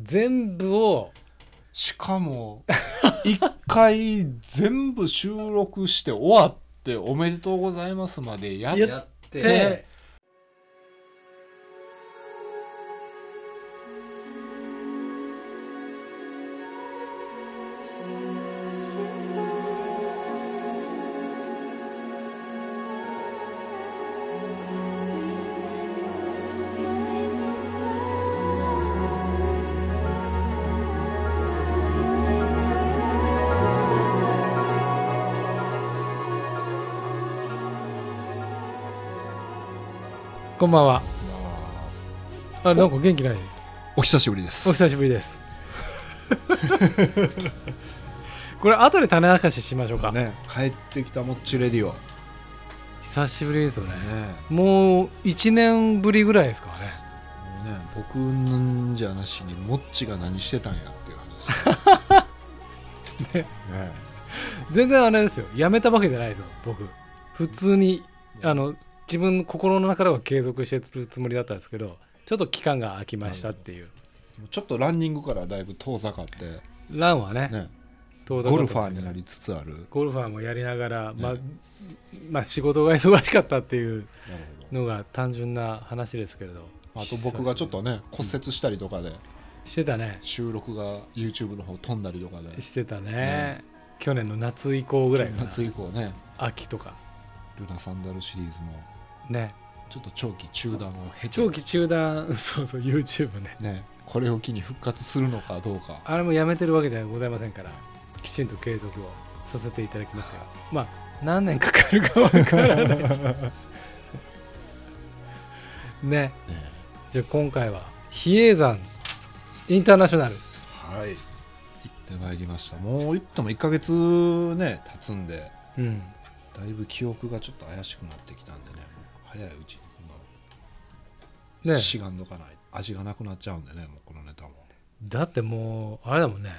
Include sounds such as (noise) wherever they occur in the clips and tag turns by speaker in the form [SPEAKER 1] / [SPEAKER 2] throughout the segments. [SPEAKER 1] 全部を
[SPEAKER 2] しかも一回全部収録して終わって「おめでとうございます」までやっ
[SPEAKER 1] や
[SPEAKER 2] て
[SPEAKER 3] やって
[SPEAKER 1] でこんばんはあなんか元気ない
[SPEAKER 2] お久しぶりです
[SPEAKER 1] お久しぶりです
[SPEAKER 2] (laughs)
[SPEAKER 1] これ後で種明かししましょうか、
[SPEAKER 2] ね帰ってきたもっちレディオ、ね
[SPEAKER 1] 久しぶりですよねもう1年ぶりぐらいですかね
[SPEAKER 2] もうね僕んじゃなしにもっちが何してたんやって
[SPEAKER 1] (laughs) ね
[SPEAKER 2] いう話ね
[SPEAKER 1] 全然あれですよやめたわけじゃないですよ僕普通にあの自分の心の中では継続してるつもりだったんですけどちょっと期間が空きましたっていう
[SPEAKER 2] ちょっとランニングからだいぶ遠ざかって、
[SPEAKER 1] ランはね
[SPEAKER 2] ね、
[SPEAKER 1] 遠ざか
[SPEAKER 2] ゴ
[SPEAKER 1] った
[SPEAKER 2] ルファーになりつつある
[SPEAKER 1] ゴルファーもやりながら、まあ
[SPEAKER 2] ね
[SPEAKER 1] まあ仕事が忙しかったっていう
[SPEAKER 2] なるほど
[SPEAKER 1] のが単純な話ですけれど
[SPEAKER 2] あと僕がちょっとね骨折したりとかで
[SPEAKER 1] してたね
[SPEAKER 2] 収録が YouTube の方飛んだりとかで
[SPEAKER 1] してたね、去年の夏以降ぐらいかな
[SPEAKER 2] 夏以降ね
[SPEAKER 1] 秋とか
[SPEAKER 2] ルナサンダルシリーズの
[SPEAKER 1] ね
[SPEAKER 2] ちょっと長期中断を経て
[SPEAKER 1] 長期中断 (laughs) そうそう YouTube ね
[SPEAKER 2] ねこれを機に復活するのかどうか
[SPEAKER 1] あれもやめてるわけじゃございませんからきちんと継続をさせていただきますよまあ何年かかるかわからない (laughs) ね
[SPEAKER 2] ね
[SPEAKER 1] じゃあ今回は比叡山インターナショナル
[SPEAKER 2] はい行ってまいりましたもう行っても1ヶ月ね経つんで
[SPEAKER 1] うん
[SPEAKER 2] だいぶ記憶がちょっと怪しくなってきたんでね早いうちに今
[SPEAKER 1] ね
[SPEAKER 2] しがんどかない味がなくなっちゃうんでねもうこのネタも
[SPEAKER 1] だってもうあれだもんね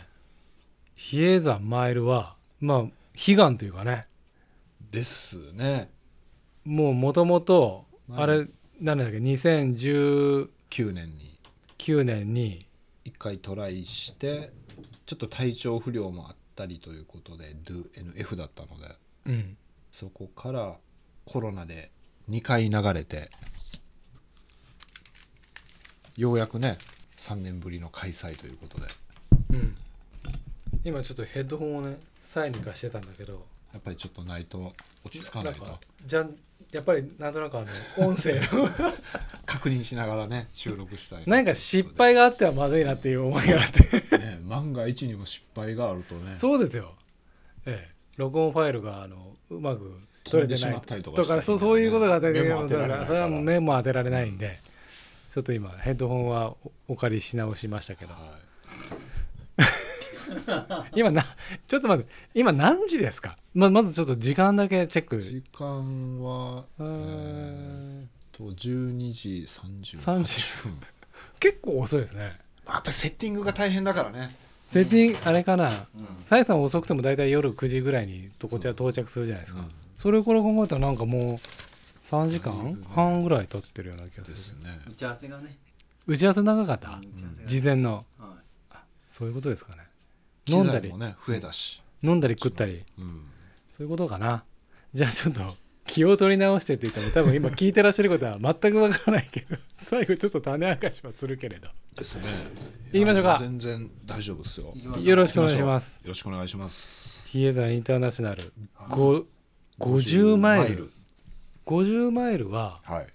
[SPEAKER 1] 比叡山マイルはまあ悲願というかね
[SPEAKER 2] ですね
[SPEAKER 1] もうもともとあ
[SPEAKER 2] は
[SPEAKER 1] れなんだっけ2019
[SPEAKER 2] 9年に
[SPEAKER 1] 年に
[SPEAKER 2] 1回トライしてちょっと体調不良もあったりということで DoNF だったので
[SPEAKER 1] うん
[SPEAKER 2] そこからコロナで2回流れてようやくね3年ぶりの開催ということで
[SPEAKER 1] うん、今ちょっとヘッドホンをねサイに貸してたんだけど
[SPEAKER 2] やっぱりちょっとないと落ち着かないと
[SPEAKER 1] んかじゃんやっぱりなんとなくあの音声 (laughs) の
[SPEAKER 2] 確認しながらね収録したい
[SPEAKER 1] なんか失敗があってはまずいなっていう思いがあって
[SPEAKER 2] ね万が一にも失敗があるとね
[SPEAKER 1] そうですよええ録音ファイルがあのうまく取れてない
[SPEAKER 2] 飛んでしまったりとか
[SPEAKER 1] とか
[SPEAKER 2] したりね
[SPEAKER 1] そうそういうことがあったり
[SPEAKER 2] 目も当てられないから
[SPEAKER 1] それはもう目も当てられないんで、ちょっと今ヘッドホンはおお借りし直しましたけど
[SPEAKER 2] は
[SPEAKER 1] 今なちょっと待って今何時ですかままずちょっと時間だけチェッ
[SPEAKER 2] い、
[SPEAKER 1] ク
[SPEAKER 2] 時間は
[SPEAKER 1] うーん
[SPEAKER 2] えーっと12時30
[SPEAKER 1] 30
[SPEAKER 2] 分
[SPEAKER 1] 結構遅いですね
[SPEAKER 2] やっぱセッティングが大変だからね
[SPEAKER 1] セッティングあれかな
[SPEAKER 2] うん、
[SPEAKER 1] さえさん遅くても大体夜9時ぐらいにとこちら到着するじゃないですか、それから考えたらなんかもう3時間半ぐらい経ってるような気が
[SPEAKER 2] ですす
[SPEAKER 1] る
[SPEAKER 2] ね
[SPEAKER 3] 打ち合わせがね
[SPEAKER 1] 打ち合わせ長かった
[SPEAKER 3] うん打ち合わせが
[SPEAKER 1] 事前の
[SPEAKER 3] は
[SPEAKER 1] そういうことですかね飲んだ
[SPEAKER 2] 機
[SPEAKER 1] り
[SPEAKER 2] 材もね増えたし、
[SPEAKER 1] 飲んだり食ったり
[SPEAKER 2] うん
[SPEAKER 1] そういうことかなじゃあちょっと気を取り直してって言っても多分今聞いてらっしゃることは全くわからないけど (laughs) 最後ちょっと種明かしはするけれど
[SPEAKER 2] ですね
[SPEAKER 1] 言いましょうか
[SPEAKER 2] いや全然大丈夫ですよ
[SPEAKER 3] い行きましょう
[SPEAKER 1] よろしくお願いします
[SPEAKER 2] よろしくお願いします
[SPEAKER 1] 比叡山インターナショナルご50マイル50マイルは
[SPEAKER 2] はい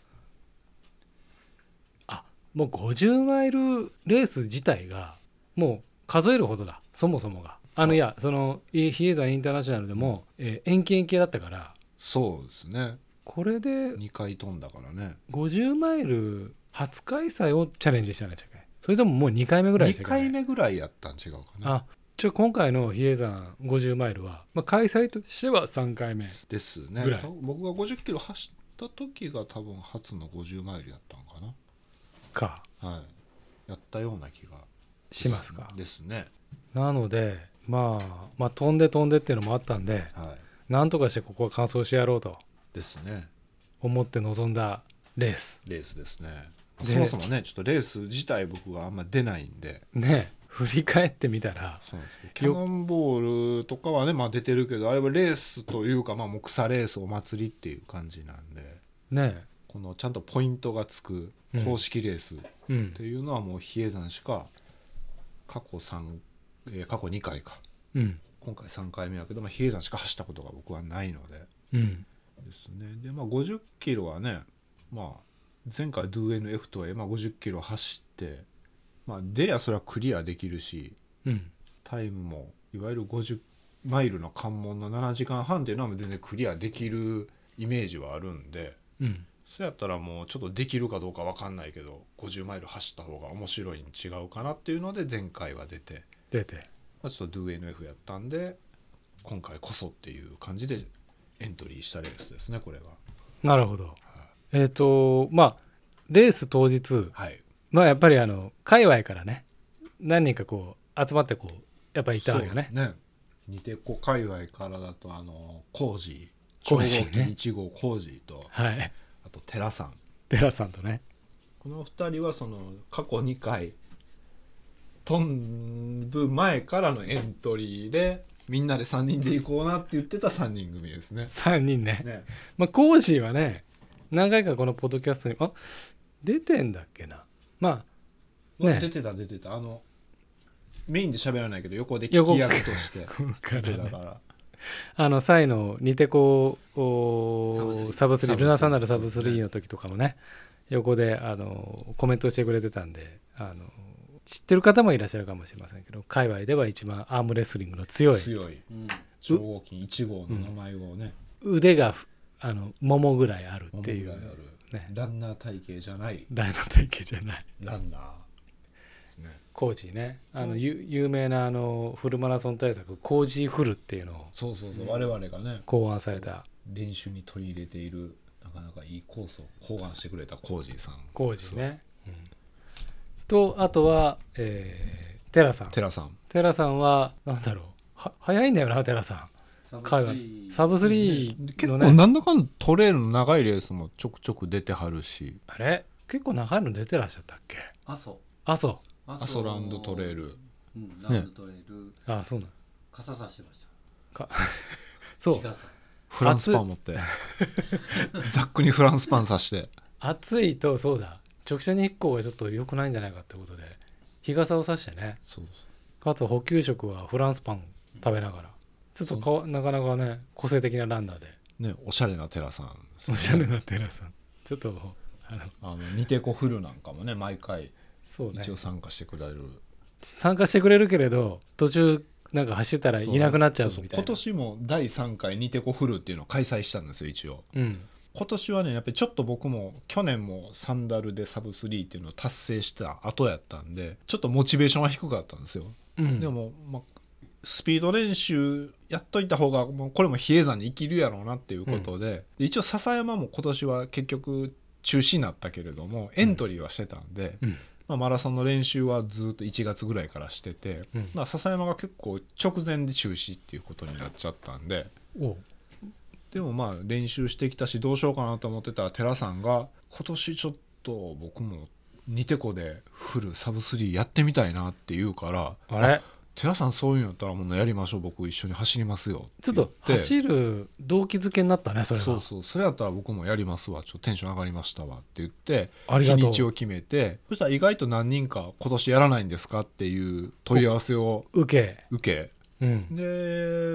[SPEAKER 1] もう50マイルレース自体がもう数えるほどだそもそもがあのいやそのい比叡山インターナショナルでも、えー延期延期だったから
[SPEAKER 2] そうですね
[SPEAKER 1] これで
[SPEAKER 2] 2回飛んだからね
[SPEAKER 1] 50マイル初開催をチャレンジしたんでしたっけそれとももう2回目ぐらいでし
[SPEAKER 2] 2
[SPEAKER 1] たっけ
[SPEAKER 2] 回目ぐらいやったん違うかな
[SPEAKER 1] あちょ今回の比叡山50マイルは、まあ、開催としては3回目
[SPEAKER 2] ですね
[SPEAKER 1] ぐらい
[SPEAKER 2] 僕が50キロ走った時が多分初の50マイルやったんか
[SPEAKER 1] か
[SPEAKER 2] なはいやったような気が
[SPEAKER 1] しますか
[SPEAKER 2] ですね
[SPEAKER 1] なので、まあ、まあ飛んで飛んでっていうのもあったんで
[SPEAKER 2] はい
[SPEAKER 1] なんとかしてここは完走してやろうと
[SPEAKER 2] ですね
[SPEAKER 1] 思って臨んだレース
[SPEAKER 2] レースですね
[SPEAKER 1] で
[SPEAKER 2] そもそもねちょっとレース自体僕はあんま出ないんで
[SPEAKER 1] ね振り返ってみたら
[SPEAKER 2] そうなんですよキャノンボールとかはね、まあ、出てるけどあれはレースというか、まあ、もう草レースお祭りっていう感じなんで
[SPEAKER 1] ね
[SPEAKER 2] このちゃんとポイントがつく公式レースっ
[SPEAKER 1] うん
[SPEAKER 2] ていうのはもう比叡山しか過去三えー過去2回か
[SPEAKER 1] うん
[SPEAKER 2] 今回3回目やけど、まあ、比叡山しか走ったことが僕はないので。
[SPEAKER 1] うん
[SPEAKER 2] ですねでまあ50キロはねまあ前回 DNF とはいえ、まあ、50キロ走ってまあ出りゃそれはクリアできるし
[SPEAKER 1] うん
[SPEAKER 2] タイムもいわゆる50マイルの関門の7時間半っていうのはもう全然クリアできるイメージはあるんで
[SPEAKER 1] うん
[SPEAKER 2] それやったらもうちょっとできるかどうか分かんないけど50マイル走った方が面白いに違うかなっていうので前回は出て、
[SPEAKER 1] 出て
[SPEAKER 2] まあ、ちょっと DNF やったんで今回こそっていう感じでエントリーしたレースですねこれが。
[SPEAKER 1] なるほど
[SPEAKER 2] はい
[SPEAKER 1] えっ、とまあレース当日
[SPEAKER 2] はい、
[SPEAKER 1] まあやっぱりあの界隈からね何人かこう集まってこうやっぱいたわけよ
[SPEAKER 2] そう
[SPEAKER 1] ね
[SPEAKER 2] ね。ニテコ界隈からだとあのコージー、
[SPEAKER 1] コージーね
[SPEAKER 2] 1号コージーと
[SPEAKER 1] はい
[SPEAKER 2] あと寺さん。
[SPEAKER 1] 寺さんとね
[SPEAKER 2] この二人はその過去2回飛ぶ前からのエントリーでみんなで3人で行こうなって言ってた3人組ですね。
[SPEAKER 1] 3人ね
[SPEAKER 2] ね
[SPEAKER 1] まあコージーはね何回かこのポッドキャストにあ出てんだっけなまあね
[SPEAKER 2] 出てた出てたあのメインで喋らないけど横で
[SPEAKER 1] 横
[SPEAKER 2] 聞き役として
[SPEAKER 1] 今回
[SPEAKER 2] 出
[SPEAKER 1] から
[SPEAKER 2] てた
[SPEAKER 1] ね
[SPEAKER 2] から。
[SPEAKER 1] あのサイのニテコお
[SPEAKER 2] サブスリー
[SPEAKER 1] サブスリー
[SPEAKER 2] サブスリー
[SPEAKER 1] ルナサンダルサブスリーの時とかもね横であのコメントしてくれてたんであの知ってる方もいらっしゃるかもしれませんけど界隈では一番アームレスリングの強い
[SPEAKER 2] 強い超合金1号の名前をね、
[SPEAKER 1] 腕がふあの桃ぐらいあるってい
[SPEAKER 2] 思ぐらいうある
[SPEAKER 1] ね
[SPEAKER 2] ランナー体型じゃない
[SPEAKER 1] 大の体型じゃない
[SPEAKER 2] ランナーですね。
[SPEAKER 1] コージーねあの、ゆ有名なあのフルマラソン対策コージーフルっていうのを
[SPEAKER 2] そうそうそう、我々がね、
[SPEAKER 1] 考案された
[SPEAKER 2] 練習に取り入れている、なかなかいいコースを考案してくれたコージーさん。
[SPEAKER 1] コージーね、うんとあとは、えー、テラさん
[SPEAKER 2] そう。寺さん。
[SPEAKER 1] テラさんはなんだろうは早いんだよなテラさん海外サブスリー
[SPEAKER 2] 結
[SPEAKER 1] の
[SPEAKER 2] 構
[SPEAKER 1] ね
[SPEAKER 2] なんだかんだトレールの長いレースもちょくちょく出てはるし、
[SPEAKER 1] あれ結構長いの出てらっしゃったっけ
[SPEAKER 3] 阿蘇
[SPEAKER 1] あそ
[SPEAKER 3] 阿
[SPEAKER 2] アソランドトレール。
[SPEAKER 3] うんランドトレール、
[SPEAKER 1] うあそうなの
[SPEAKER 3] 傘さしてました
[SPEAKER 1] かそう
[SPEAKER 3] 日傘
[SPEAKER 2] フランスパン
[SPEAKER 1] (laughs)
[SPEAKER 2] 持って、ざっくにフランスパンさして、
[SPEAKER 1] 暑いとそうだ直射日光がちょっと良くないんじゃないかってことで日傘をさしてね
[SPEAKER 2] そう
[SPEAKER 1] かつ補給食はフランスパン食べながらちょっとかわなかなかね個性的なランナーで
[SPEAKER 2] ね、おしゃれな寺さんですね、
[SPEAKER 1] おしゃれなテラさんちょっとあの
[SPEAKER 2] あのニテコフルなんかもね毎回
[SPEAKER 1] そうね
[SPEAKER 2] 一応参加してくれる、
[SPEAKER 1] 参加してくれるけれど途中なんか走ったらいなくなっちゃう
[SPEAKER 2] そそ
[SPEAKER 1] みたいな
[SPEAKER 2] 今年も第3回ニテコフルっていうのを開催したんですよ一応
[SPEAKER 1] うん
[SPEAKER 2] 今年はねやっぱりちょっと僕も去年もサンダルでサブ3っていうのを達成した後やったんでちょっとモチベーションは低かったんですよ、
[SPEAKER 1] うん
[SPEAKER 2] でも、まあ、スピード練習やっといた方がもうこれも比叡山に生きるやろうなっていうことで,、で一応笹山も今年は結局中止になったけれどもエントリーはしてたんで、
[SPEAKER 1] うん
[SPEAKER 2] まあ、マラソンの練習はずっと1月ぐらいからしてて、
[SPEAKER 1] うん
[SPEAKER 2] まあ笹山が結構直前で中止っていうことになっちゃったんで。
[SPEAKER 1] お
[SPEAKER 2] でもまあ練習してきたしどうしようかなと思ってたら寺さんが今年ちょっと僕もニテコでフルサブスリーやってみたいなって言うから
[SPEAKER 1] あれ
[SPEAKER 2] 寺さんそういうんやったらもうやりましょう僕一緒に走りますよ
[SPEAKER 1] ちょ
[SPEAKER 2] て
[SPEAKER 1] っ
[SPEAKER 2] 言て
[SPEAKER 1] と走る動機づけになったねそれは
[SPEAKER 2] そうそうそれやったら僕もやりますわちょっとテンション上がりましたわって言って
[SPEAKER 1] あり
[SPEAKER 2] 日
[SPEAKER 1] がとう
[SPEAKER 2] にちを決めてそしたら意外と何人か今年やらないんですかっていう問い合わせを
[SPEAKER 1] 受
[SPEAKER 2] 受
[SPEAKER 1] け、うん
[SPEAKER 2] け、で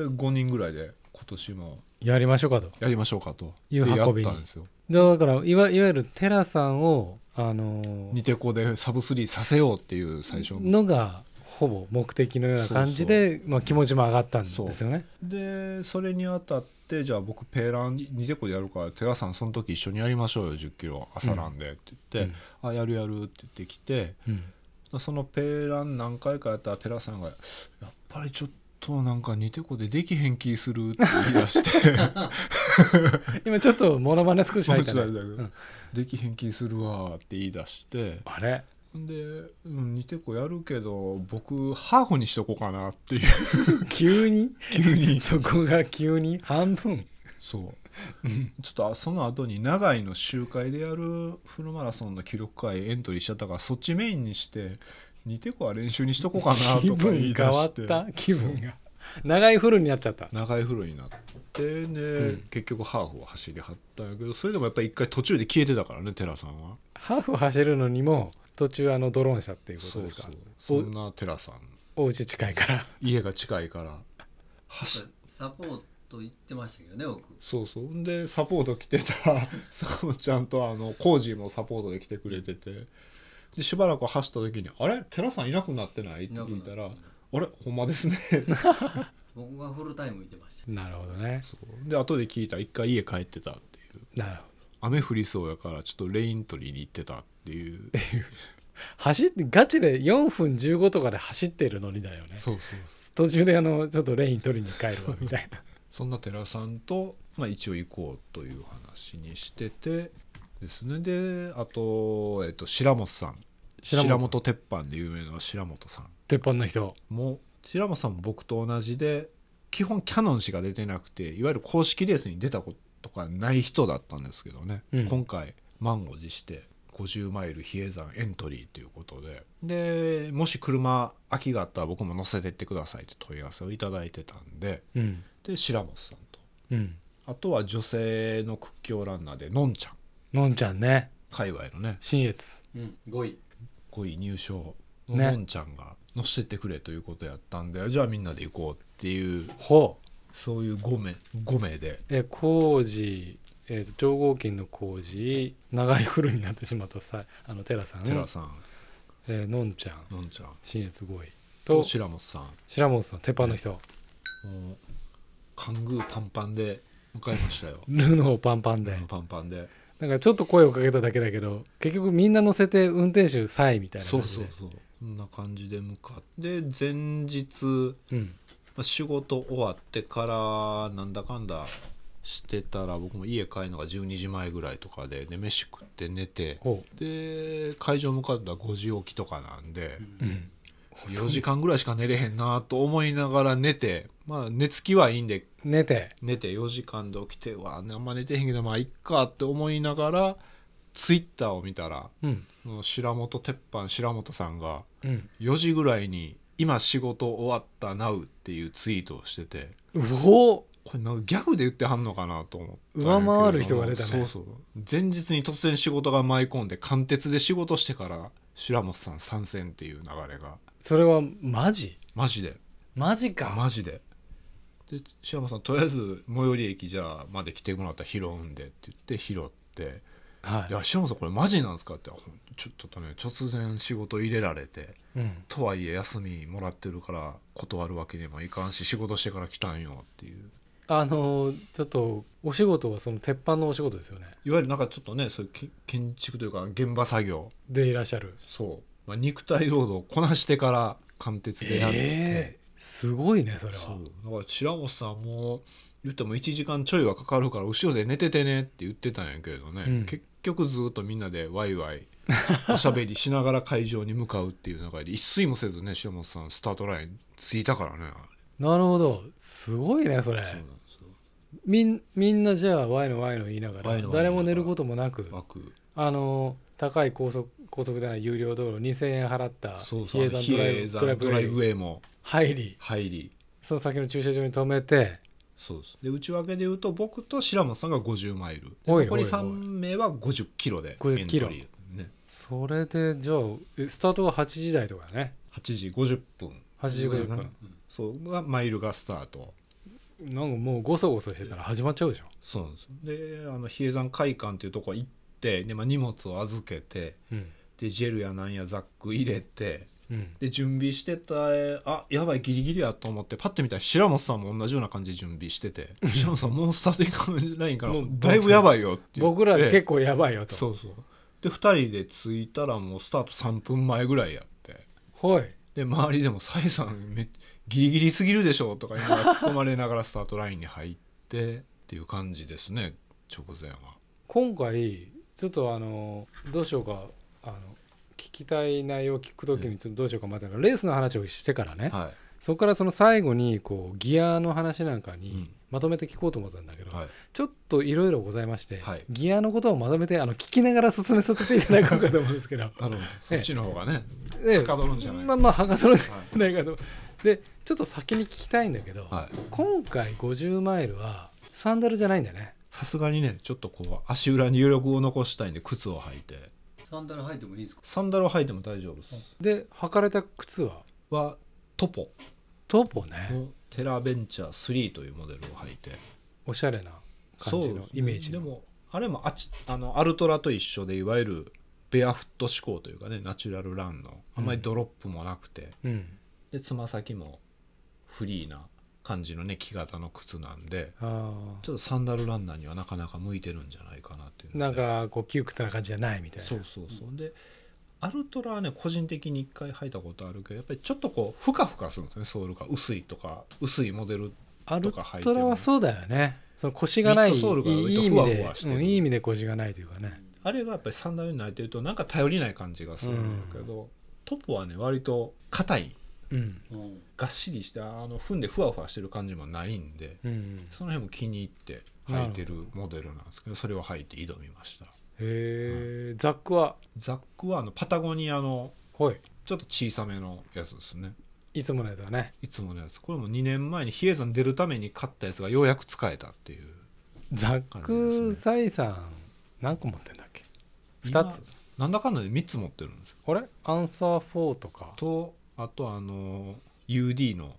[SPEAKER 2] 5人ぐらいで今年も
[SPEAKER 1] やりましょうかと
[SPEAKER 2] やりましょうかと
[SPEAKER 1] いう
[SPEAKER 2] でや
[SPEAKER 1] 運
[SPEAKER 2] っ
[SPEAKER 1] びに
[SPEAKER 2] たんですよ
[SPEAKER 1] だからいわいわゆるテラさんをあのー
[SPEAKER 2] ニテコでサブ3させようっていう最初
[SPEAKER 1] のがほぼ目的のような感じでまあ、気持ちも上がったんですよね
[SPEAKER 2] でそれにあたってじゃあ僕ペーランニテコでやるから寺さんその時一緒にやりましょうよ1 0キロ朝ランでって言って、あやるやるって言ってきて
[SPEAKER 1] うん
[SPEAKER 2] そのペーラン何回かやったら寺さんが「やっぱりちょっとなんかニテコでできへん気する」って言い出 (laughs) して
[SPEAKER 1] 今ちょっとモノマネ少
[SPEAKER 2] 「
[SPEAKER 1] し入ったね、
[SPEAKER 2] そうそうそう
[SPEAKER 1] うん
[SPEAKER 2] できへん気するわ」って言い出して
[SPEAKER 1] あれ
[SPEAKER 2] で「うんニテコやるけど僕ハーフにしとこうかな」っていう
[SPEAKER 1] 急に (laughs)
[SPEAKER 2] 急に
[SPEAKER 1] そこが急に半分
[SPEAKER 2] そうちょっとあその後に長井の集会でやるフルマラソンの記録会エントリーしちゃったからそっちメインにして2テコは練習にしとこうかな
[SPEAKER 1] 気
[SPEAKER 2] とか言
[SPEAKER 1] 分
[SPEAKER 2] い出
[SPEAKER 1] 変わ
[SPEAKER 2] し
[SPEAKER 1] ってた気分が長いフルになっちゃった
[SPEAKER 2] 長いフルになってで、
[SPEAKER 1] ん
[SPEAKER 2] 結局ハーフを走りはったんやけどそれでもやっぱり一回途中で消えてたからね寺さんは
[SPEAKER 1] ハーフ走るのにも途中あのドローンしたっていうことですか
[SPEAKER 2] そうそんな寺さん
[SPEAKER 1] お家近いから
[SPEAKER 2] 家が近いから走っ
[SPEAKER 3] サポート言ってましたけどね僕
[SPEAKER 2] そうそうんでサポート来てた (laughs) サコちゃんとあのコージーもサポートで来てくれててでしばらく走った時に「あれ寺さんいなくなってない?」って聞いたら「あれほんま (laughs) ですね」
[SPEAKER 3] 僕がフルタイムいてました
[SPEAKER 1] なるほどね
[SPEAKER 2] そうで後で聞いたら一回家帰ってたっていう
[SPEAKER 1] なるほど
[SPEAKER 2] 雨降りそうやからちょっとレイン取りに行ってたっていう
[SPEAKER 1] 走ってガチで4分15とかで走ってるのにだよね
[SPEAKER 2] そうそう
[SPEAKER 1] 途中であのちょっとレイン取りに帰るわみたいな (laughs)
[SPEAKER 2] そんな寺さんと、まあ、一応行こうという話にしててですねであと、えっと、白本さん白
[SPEAKER 1] 白
[SPEAKER 2] 本鉄板で有名な白本さん
[SPEAKER 1] 鉄板の人
[SPEAKER 2] も白本さんも僕と同じで基本キャノンしか出てなくていわゆる公式レースに出たことがない人だったんですけどね、
[SPEAKER 1] うん
[SPEAKER 2] 今回満を持して50マイル比叡山エントリーということででもし車空きがあったら僕も乗せてってくださいって問い合わせをいただいてたんで
[SPEAKER 1] うん
[SPEAKER 2] で白本さんと
[SPEAKER 1] うん
[SPEAKER 2] あとは女性の屈強ランナーでのんちゃん
[SPEAKER 1] のんちゃんね
[SPEAKER 2] 界隈のね
[SPEAKER 1] 新越
[SPEAKER 3] うん5位
[SPEAKER 2] 5位入賞の
[SPEAKER 1] ね
[SPEAKER 2] のんちゃんが乗せてってくれということやったんで、じゃあみんなで行こうっていう
[SPEAKER 1] ほう
[SPEAKER 2] そういう5名 ,5 名で
[SPEAKER 1] え工事えーと超合金の工事長いフルになってしまったさあの寺さん
[SPEAKER 2] 寺さん、
[SPEAKER 1] えーのんちゃん
[SPEAKER 2] のんちゃん
[SPEAKER 1] 新越5位
[SPEAKER 2] と
[SPEAKER 1] と
[SPEAKER 2] 白本さん
[SPEAKER 1] 白本さん鉄板の人
[SPEAKER 2] もうカングーパンパンで迎えましたよ
[SPEAKER 1] ルノーパンパンで
[SPEAKER 2] パンパンで
[SPEAKER 1] なんかちょっと声をかけただけだけど結局みんな乗せて運転手3位みたいな
[SPEAKER 2] そ
[SPEAKER 1] 感
[SPEAKER 2] う
[SPEAKER 1] じで
[SPEAKER 2] そうそうそんな感じで向かって前日
[SPEAKER 1] うん
[SPEAKER 2] まあ仕事終わってからなんだかんだしてたら僕も家帰るのが12時前ぐらいとかでで飯食って寝て
[SPEAKER 1] ほ
[SPEAKER 2] で会場向かったら5時起きとかなんで、
[SPEAKER 1] ううん
[SPEAKER 2] 4時間ぐらいしか寝れへんなと思いながら寝てまあ寝つきはいいんで
[SPEAKER 1] 寝て
[SPEAKER 2] 寝て4時間で起きてうわあんま寝てへんけどまあいっかって思いながらツイッターを見たら
[SPEAKER 1] うん
[SPEAKER 2] その白本鉄板白本さんが
[SPEAKER 1] うん
[SPEAKER 2] 4時ぐらいに「今仕事終わったなう」っていうツイートをしてて
[SPEAKER 1] うお
[SPEAKER 2] これなんかギャグで言ってはんのかなと思ったんやけど
[SPEAKER 1] 上回る人が出たね
[SPEAKER 2] そうそう前日に突然仕事が舞い込んで貫徹で仕事してから白本さん参戦っていう流れが
[SPEAKER 1] それはマジ
[SPEAKER 2] マジで
[SPEAKER 1] マジか
[SPEAKER 2] マジでで白間さんとりあえず最寄り駅じゃあまで来てもらったら拾うんでって言って拾って「
[SPEAKER 1] はい
[SPEAKER 2] や白間さんこれマジなんですか?」ってほんちょっとね突然仕事入れられて
[SPEAKER 1] い、うん、
[SPEAKER 2] とはいえ休みもらってるから断るわけにもいかんし仕事してから来たんよっていう
[SPEAKER 1] あのーちょっとお仕事はその鉄板のお仕事ですよね
[SPEAKER 2] いわゆるなんかちょっとねそういうけ建築というか現場作業
[SPEAKER 1] でいらっしゃる
[SPEAKER 2] そう、まあ、肉体労働をこなしてから貫徹でやって、
[SPEAKER 1] えーすごいねそれ
[SPEAKER 2] そ
[SPEAKER 1] は
[SPEAKER 2] うだから白本さんも言っても1時間ちょいはかかるから後ろで寝ててねって言ってたんやけれどね、
[SPEAKER 1] うん
[SPEAKER 2] 結局ずっとみんなでワ
[SPEAKER 1] (laughs)
[SPEAKER 2] イワイおしゃべりしながら会場に向かうっていう中で一睡もせずね白本さんスタートライン着いたからね
[SPEAKER 1] なるほどすごいねそれ
[SPEAKER 2] そうなんですよ
[SPEAKER 1] みんみんなじゃあワイのワイの言いなが
[SPEAKER 2] ワイ
[SPEAKER 1] ら
[SPEAKER 2] のワイの言いながら
[SPEAKER 1] 誰も寝ることもなく
[SPEAKER 2] 枠
[SPEAKER 1] あのー高い高速高速でない有料道路2000円払った
[SPEAKER 2] そうそう
[SPEAKER 1] 比叡山ドライブドライ
[SPEAKER 2] 比叡山
[SPEAKER 1] ブ
[SPEAKER 2] ド
[SPEAKER 1] ウ
[SPEAKER 2] ラ
[SPEAKER 1] ェ
[SPEAKER 2] イ
[SPEAKER 1] イ
[SPEAKER 2] ブウェイも
[SPEAKER 1] 入り
[SPEAKER 2] 入り
[SPEAKER 1] その先の駐車場に止めて
[SPEAKER 2] そうですで内訳で言うと僕と白本さんが50マイルで
[SPEAKER 1] おい
[SPEAKER 2] 残り
[SPEAKER 1] おいおい
[SPEAKER 2] 3名は50キロで
[SPEAKER 1] 50キロ
[SPEAKER 2] エントリーね
[SPEAKER 1] それでじゃあえスタートが8時台とかね
[SPEAKER 2] 8時50分
[SPEAKER 1] 8時50分
[SPEAKER 2] そうがマイルがスタート
[SPEAKER 1] なんかもうごそごそしてたら始まっちゃうでしょ
[SPEAKER 2] そうなんですよであの比叡山会館っていうとこ行ってで、まあ、荷物を預けて
[SPEAKER 1] うん
[SPEAKER 2] でジェルやなんやザック入れて
[SPEAKER 1] うん
[SPEAKER 2] で準備してたえあやばいギリギリやと思ってパッて見たら白本さんも同じような感じで準備してて
[SPEAKER 1] (laughs)
[SPEAKER 2] 「白本さんもうスタートいかんラインから
[SPEAKER 1] もう
[SPEAKER 2] だいぶやばいよ」って言って
[SPEAKER 1] 僕ら結構やばいよと
[SPEAKER 2] そうそうで2人で着いたらもうスタート3分前ぐらいやって
[SPEAKER 1] ほい
[SPEAKER 2] で周りでも「サイさんめギリギリすぎるでしょ」とか言いながら突っ込まれながらスタートラインに入ってっていう感じですね直前は。
[SPEAKER 1] 今回ちょっとあのどうしようかあの聞きたい内容を聞くときにちょっとどうしようかまたレースの話をしてからね
[SPEAKER 2] はい、
[SPEAKER 1] そこからその最後にこうギアの話なんか
[SPEAKER 2] う
[SPEAKER 1] に
[SPEAKER 2] ん
[SPEAKER 1] まとめて聞こうと思ったんだけど、
[SPEAKER 2] はい
[SPEAKER 1] ちょっといろいろございまして、
[SPEAKER 2] はい
[SPEAKER 1] ギアのことをまとめてあの聞きながら進めさせていただこうかと思うんですけ
[SPEAKER 2] (laughs)
[SPEAKER 1] ど
[SPEAKER 2] なるほどそっちの方がね、
[SPEAKER 1] ええ
[SPEAKER 2] はかどるんじゃない
[SPEAKER 1] まあまあはかどるんじゃないかと、でちょっと先に聞きたいんだけど、
[SPEAKER 2] はい
[SPEAKER 1] 今回50マイルはサンダルじゃないんだね
[SPEAKER 2] さすがにねちょっとこう足裏に余力を残したいんで靴を履いて
[SPEAKER 3] サンダル履いてもいいですか
[SPEAKER 2] サンダルを履いても大丈夫です
[SPEAKER 1] で履かれた靴は
[SPEAKER 2] はトポ
[SPEAKER 1] トポね
[SPEAKER 2] のテラベンチャー3というモデルを履いて
[SPEAKER 1] おしゃれな感じ
[SPEAKER 2] そ
[SPEAKER 1] の
[SPEAKER 2] う
[SPEAKER 1] イメージ
[SPEAKER 2] で
[SPEAKER 1] の
[SPEAKER 2] もあれもあちあのアルトラと一緒でいわゆるベアフット志向というかねナチュラルランのあんまりドロップもなくて、
[SPEAKER 1] うん
[SPEAKER 2] でつま先もフリーな感じのね木型の靴なんで
[SPEAKER 1] あ
[SPEAKER 2] ちょっとサンダルランナーにはなかなか向いてるんじゃないかなっていう
[SPEAKER 1] あ
[SPEAKER 2] の
[SPEAKER 1] なん
[SPEAKER 2] で
[SPEAKER 1] かこう窮屈な感じじゃないみたいな
[SPEAKER 2] そうそうそう、でアルトラはね個人的に一回履いたことあるけどやっぱりちょっとこうふかふかするんですよねソールが薄いとか薄いモデル
[SPEAKER 1] アル
[SPEAKER 2] とか履いてる
[SPEAKER 1] トラはそうだよねその腰がないい
[SPEAKER 2] ミッドソールが割と
[SPEAKER 1] い意
[SPEAKER 2] ふ
[SPEAKER 1] 味
[SPEAKER 2] わ
[SPEAKER 1] で
[SPEAKER 2] ふわしてる
[SPEAKER 1] うんいい意味で腰がないというかね
[SPEAKER 2] あれがやっぱりサンダルに慣れてるとなんか頼りない感じがするんだけど、トップはね割と硬い
[SPEAKER 1] うん
[SPEAKER 3] うん
[SPEAKER 2] がっしりしてあの踏んでふわふわしてる感じもないんで
[SPEAKER 1] うん
[SPEAKER 2] その辺も気に入って履いてるモデルなんですけどそれを履いて挑みました
[SPEAKER 1] へえザックは
[SPEAKER 2] ザックはあのパタゴニアの
[SPEAKER 1] ほい
[SPEAKER 2] ちょっと小さめのやつですね
[SPEAKER 1] いつものやつはね
[SPEAKER 2] いつものやつこれも2年前に比叡山出るために買ったやつがようやく使えたっていう
[SPEAKER 1] ザッ
[SPEAKER 2] 感じです
[SPEAKER 1] ク
[SPEAKER 2] ね
[SPEAKER 1] サイさん何個持ってんだっけ2つ
[SPEAKER 2] 今なんだかんだで3つ持ってるんですよ
[SPEAKER 1] あれアンサー4とか
[SPEAKER 2] とあとあの UD の